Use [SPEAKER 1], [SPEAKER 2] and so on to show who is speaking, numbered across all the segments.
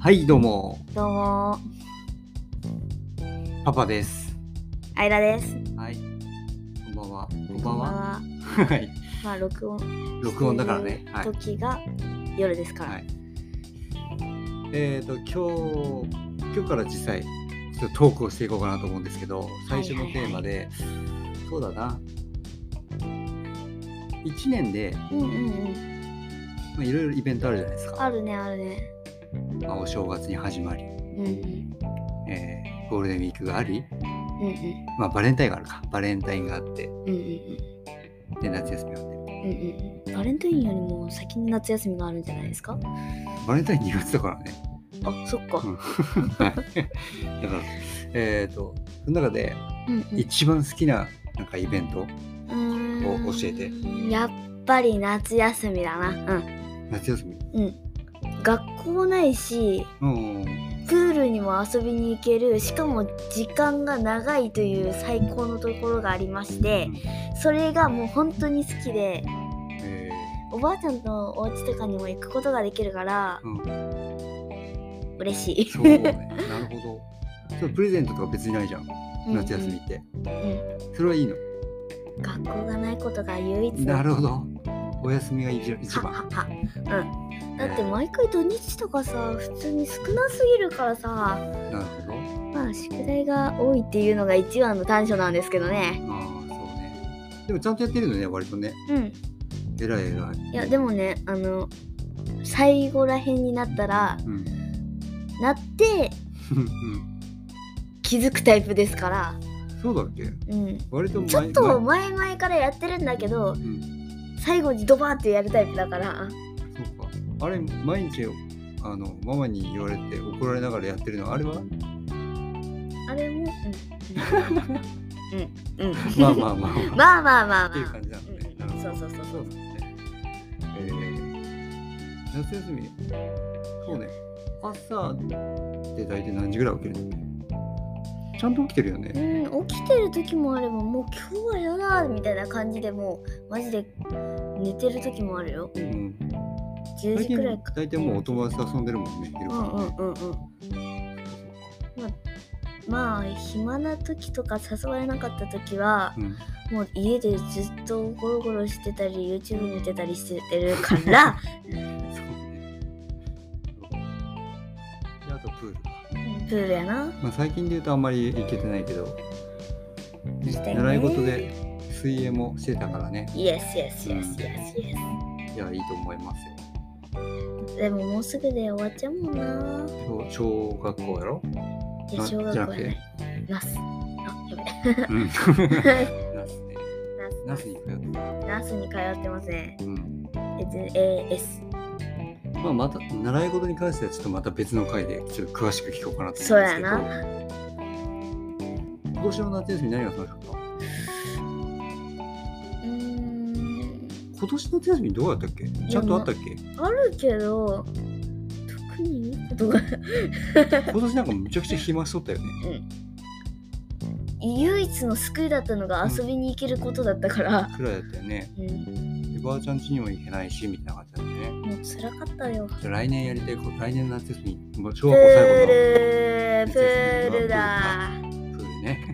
[SPEAKER 1] はい、どうも、
[SPEAKER 2] どうも、
[SPEAKER 1] パパです。
[SPEAKER 2] あいらです。
[SPEAKER 1] はい。こんばんは。こんば
[SPEAKER 2] こ
[SPEAKER 1] ん
[SPEAKER 2] んばん
[SPEAKER 1] は。
[SPEAKER 2] は。
[SPEAKER 1] はい。
[SPEAKER 2] まあ、録音。
[SPEAKER 1] 録音だからね。はい。
[SPEAKER 2] 時が夜ですから。
[SPEAKER 1] はい。えっ、と、今日、今日から実際、ちょっとトークをしていこうかなと思うんですけど、最初のテーマで、そうだな。1年で、
[SPEAKER 2] うんうんうん。
[SPEAKER 1] まあ、いろいろイベントあるじゃないです
[SPEAKER 2] あ
[SPEAKER 1] か。
[SPEAKER 2] るね、あるね。
[SPEAKER 1] まあ、お正月に始まり、
[SPEAKER 2] うんうん。
[SPEAKER 1] えーゴールデンウィークがあり、
[SPEAKER 2] うん
[SPEAKER 1] まあ、バレンタインがあるか。バレンタインがあって、
[SPEAKER 2] うん。うんうん
[SPEAKER 1] で、夏休みがあって。
[SPEAKER 2] うん。うんうん。バレンタインよりも先に夏休みがあるんじゃないですか
[SPEAKER 1] バレンタイン2月だからね。
[SPEAKER 2] あ、そっか。
[SPEAKER 1] うんはいだから、えっ、と、その中で
[SPEAKER 2] うんうん
[SPEAKER 1] 一番好きななんかイベント、
[SPEAKER 2] うーん
[SPEAKER 1] を教えて。
[SPEAKER 2] やっぱり夏休みだな。うん。
[SPEAKER 1] 夏休み。
[SPEAKER 2] 学校ないし、
[SPEAKER 1] うん。
[SPEAKER 2] プールにも遊びに行けるしかも時間が長いという最高のところがありましてそれがもう本当に好きで
[SPEAKER 1] え
[SPEAKER 2] おばあちゃんのお家とかにも行くことができるから
[SPEAKER 1] ーうん、
[SPEAKER 2] 嬉しい
[SPEAKER 1] そうね。 なるほど。それプレゼントとか別にないじゃん。夏休み
[SPEAKER 2] うん
[SPEAKER 1] って。
[SPEAKER 2] う
[SPEAKER 1] それはいいの。
[SPEAKER 2] うん学校がないことが唯一の
[SPEAKER 1] なるほど。お休みが一 一
[SPEAKER 2] はは
[SPEAKER 1] 番。
[SPEAKER 2] はうんだって毎回土日とかさ普通に少なすぎるから
[SPEAKER 1] な
[SPEAKER 2] さ
[SPEAKER 1] るほど。
[SPEAKER 2] まあ宿題が多いっていうのが一番の短所なんですけどね
[SPEAKER 1] ああ、そうね。でもちゃんとやってるのね、割とね。
[SPEAKER 2] うん
[SPEAKER 1] えらいえらい。
[SPEAKER 2] いやでもねあの最後らへんになったら
[SPEAKER 1] うん。
[SPEAKER 2] なって
[SPEAKER 1] うん
[SPEAKER 2] 気づくタイプですから、
[SPEAKER 1] そうだっけ
[SPEAKER 2] うん、
[SPEAKER 1] 割と前
[SPEAKER 2] ちょっと
[SPEAKER 1] 前
[SPEAKER 2] 前々からやってるんだけど
[SPEAKER 1] うん
[SPEAKER 2] 最後にドバーってやるタイプだから
[SPEAKER 1] そうか。あれ、毎日、あの、ママに言われて怒られながらやってるの、あれは
[SPEAKER 2] あれもうんうん、うんうん、
[SPEAKER 1] まあ まあまあ、まあ、
[SPEAKER 2] まあまあまあまあ
[SPEAKER 1] っていう感じなのね。なる
[SPEAKER 2] うん
[SPEAKER 1] ほ
[SPEAKER 2] そ
[SPEAKER 1] ど
[SPEAKER 2] うそうそう
[SPEAKER 1] そうですね。えー、夏休み、そうね。朝って大体何時ぐらい起きるのちゃんと起きてるよね。
[SPEAKER 2] うん起きてる時もあればもう今日はやだみたいな感じでもうマジで寝てる時もあるよ
[SPEAKER 1] うん。
[SPEAKER 2] 10
[SPEAKER 1] 最
[SPEAKER 2] 時
[SPEAKER 1] 近
[SPEAKER 2] くらいか、
[SPEAKER 1] 大体もうお友達と遊んでるもんね、昼
[SPEAKER 2] う
[SPEAKER 1] から
[SPEAKER 2] んうん
[SPEAKER 1] ね。
[SPEAKER 2] うんうんまあ暇な時とか誘われなかった時は
[SPEAKER 1] うん。
[SPEAKER 2] もう家でずっとゴロゴロしてたり YouTube 見てたりしてるから
[SPEAKER 1] そうね。で、あとプール。
[SPEAKER 2] プールやな
[SPEAKER 1] まあ、最近で言うとあんまり行けてないけど、ね
[SPEAKER 2] 行きたいね
[SPEAKER 1] 習い事で水泳もしてたからね
[SPEAKER 2] イエスイエスイエスイエスイエ
[SPEAKER 1] いやいいと思いますよ
[SPEAKER 2] スでももうすぐで終わっちゃうもんな
[SPEAKER 1] 小小学校やろ、
[SPEAKER 2] いや
[SPEAKER 1] な
[SPEAKER 2] 小学校や
[SPEAKER 1] じゃな
[SPEAKER 2] ねナスあやべ
[SPEAKER 1] うん、ナスね ナ
[SPEAKER 2] ナ
[SPEAKER 1] ス
[SPEAKER 2] ス
[SPEAKER 1] に通ってた、
[SPEAKER 2] ナスに通ってますね
[SPEAKER 1] うん
[SPEAKER 2] えず AS
[SPEAKER 1] まあ、また習い事に関してはちょっとまた別の回でちょっと詳しく聞こうかなと
[SPEAKER 2] そ
[SPEAKER 1] 思うん
[SPEAKER 2] う
[SPEAKER 1] です
[SPEAKER 2] や
[SPEAKER 1] けど
[SPEAKER 2] な
[SPEAKER 1] 今年の夏休み何が楽しかった
[SPEAKER 2] うーん
[SPEAKER 1] 今年の夏休みどうやったっけちゃんとあったっけ
[SPEAKER 2] あるけど特にいいことが
[SPEAKER 1] 今年なんかむちゃくちゃ暇しとったよね
[SPEAKER 2] 唯一の救いだったのが遊びに行けることだったから、
[SPEAKER 1] くらいだったよね
[SPEAKER 2] うん、
[SPEAKER 1] でばあちゃん家にも行けないしみたいな感じだったよね
[SPEAKER 2] もう辛かったよ
[SPEAKER 1] じゃあ来年やりたいこと来年の夏休みもう小
[SPEAKER 2] プ
[SPEAKER 1] 学校最後の
[SPEAKER 2] ールプールだ
[SPEAKER 1] プールね。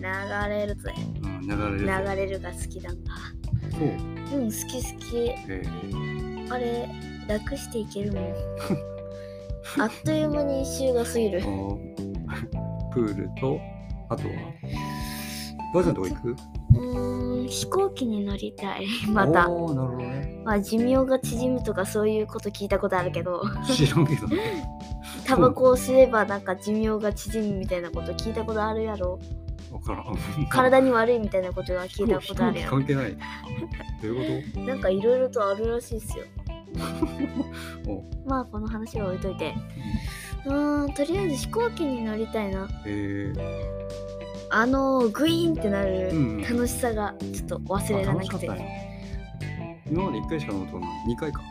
[SPEAKER 2] 流れるぜ
[SPEAKER 1] うん、流れ
[SPEAKER 2] 流
[SPEAKER 1] る。
[SPEAKER 2] れるが好きなんだ
[SPEAKER 1] そう。
[SPEAKER 2] うん好き好き
[SPEAKER 1] えー、
[SPEAKER 2] あれ楽していける もんあっという間に一周が過ぎる
[SPEAKER 1] あのプールと、あとは、ばあちゃんとこ行く
[SPEAKER 2] うーん飛行機に乗り たいまた
[SPEAKER 1] おーなるほどね。
[SPEAKER 2] まあ寿命が縮むとかそういうこと聞いたことあるけど
[SPEAKER 1] 知らんけどね。
[SPEAKER 2] タバコを吸えばなんか寿命が縮むみたいなこと聞いたことあるやろ
[SPEAKER 1] わからん。
[SPEAKER 2] 体に悪いみたいなことは聞いたことある
[SPEAKER 1] 飛
[SPEAKER 2] や
[SPEAKER 1] 行
[SPEAKER 2] ろ
[SPEAKER 1] 機関係ない。どういうこ
[SPEAKER 2] なんかいろいろとあるらしいですよ
[SPEAKER 1] と お
[SPEAKER 2] まあこの話は置いといてうーんとりあえず飛行機に乗りたいな
[SPEAKER 1] えー、
[SPEAKER 2] あのグイーンってなる
[SPEAKER 1] うん
[SPEAKER 2] 楽しさがちょっと忘れられなく
[SPEAKER 1] あ楽し
[SPEAKER 2] て、
[SPEAKER 1] かったね今まで1回しか飲んだことない。2回か。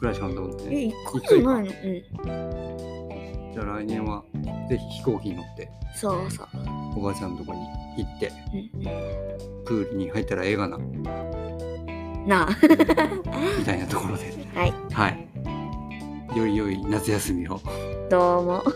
[SPEAKER 1] ぐらいしか飲んだことな
[SPEAKER 2] え
[SPEAKER 1] い。
[SPEAKER 2] 一個じゃないのうん
[SPEAKER 1] じゃあ来年は、ぜひ飛行機に乗って、
[SPEAKER 2] そうそう、
[SPEAKER 1] おばあちゃんのとこに行って、
[SPEAKER 2] うん
[SPEAKER 1] プールに入ったら映画な。
[SPEAKER 2] なあ
[SPEAKER 1] みたいなところで。
[SPEAKER 2] はい。
[SPEAKER 1] はい。より良い夏夏休みを。
[SPEAKER 2] どうも。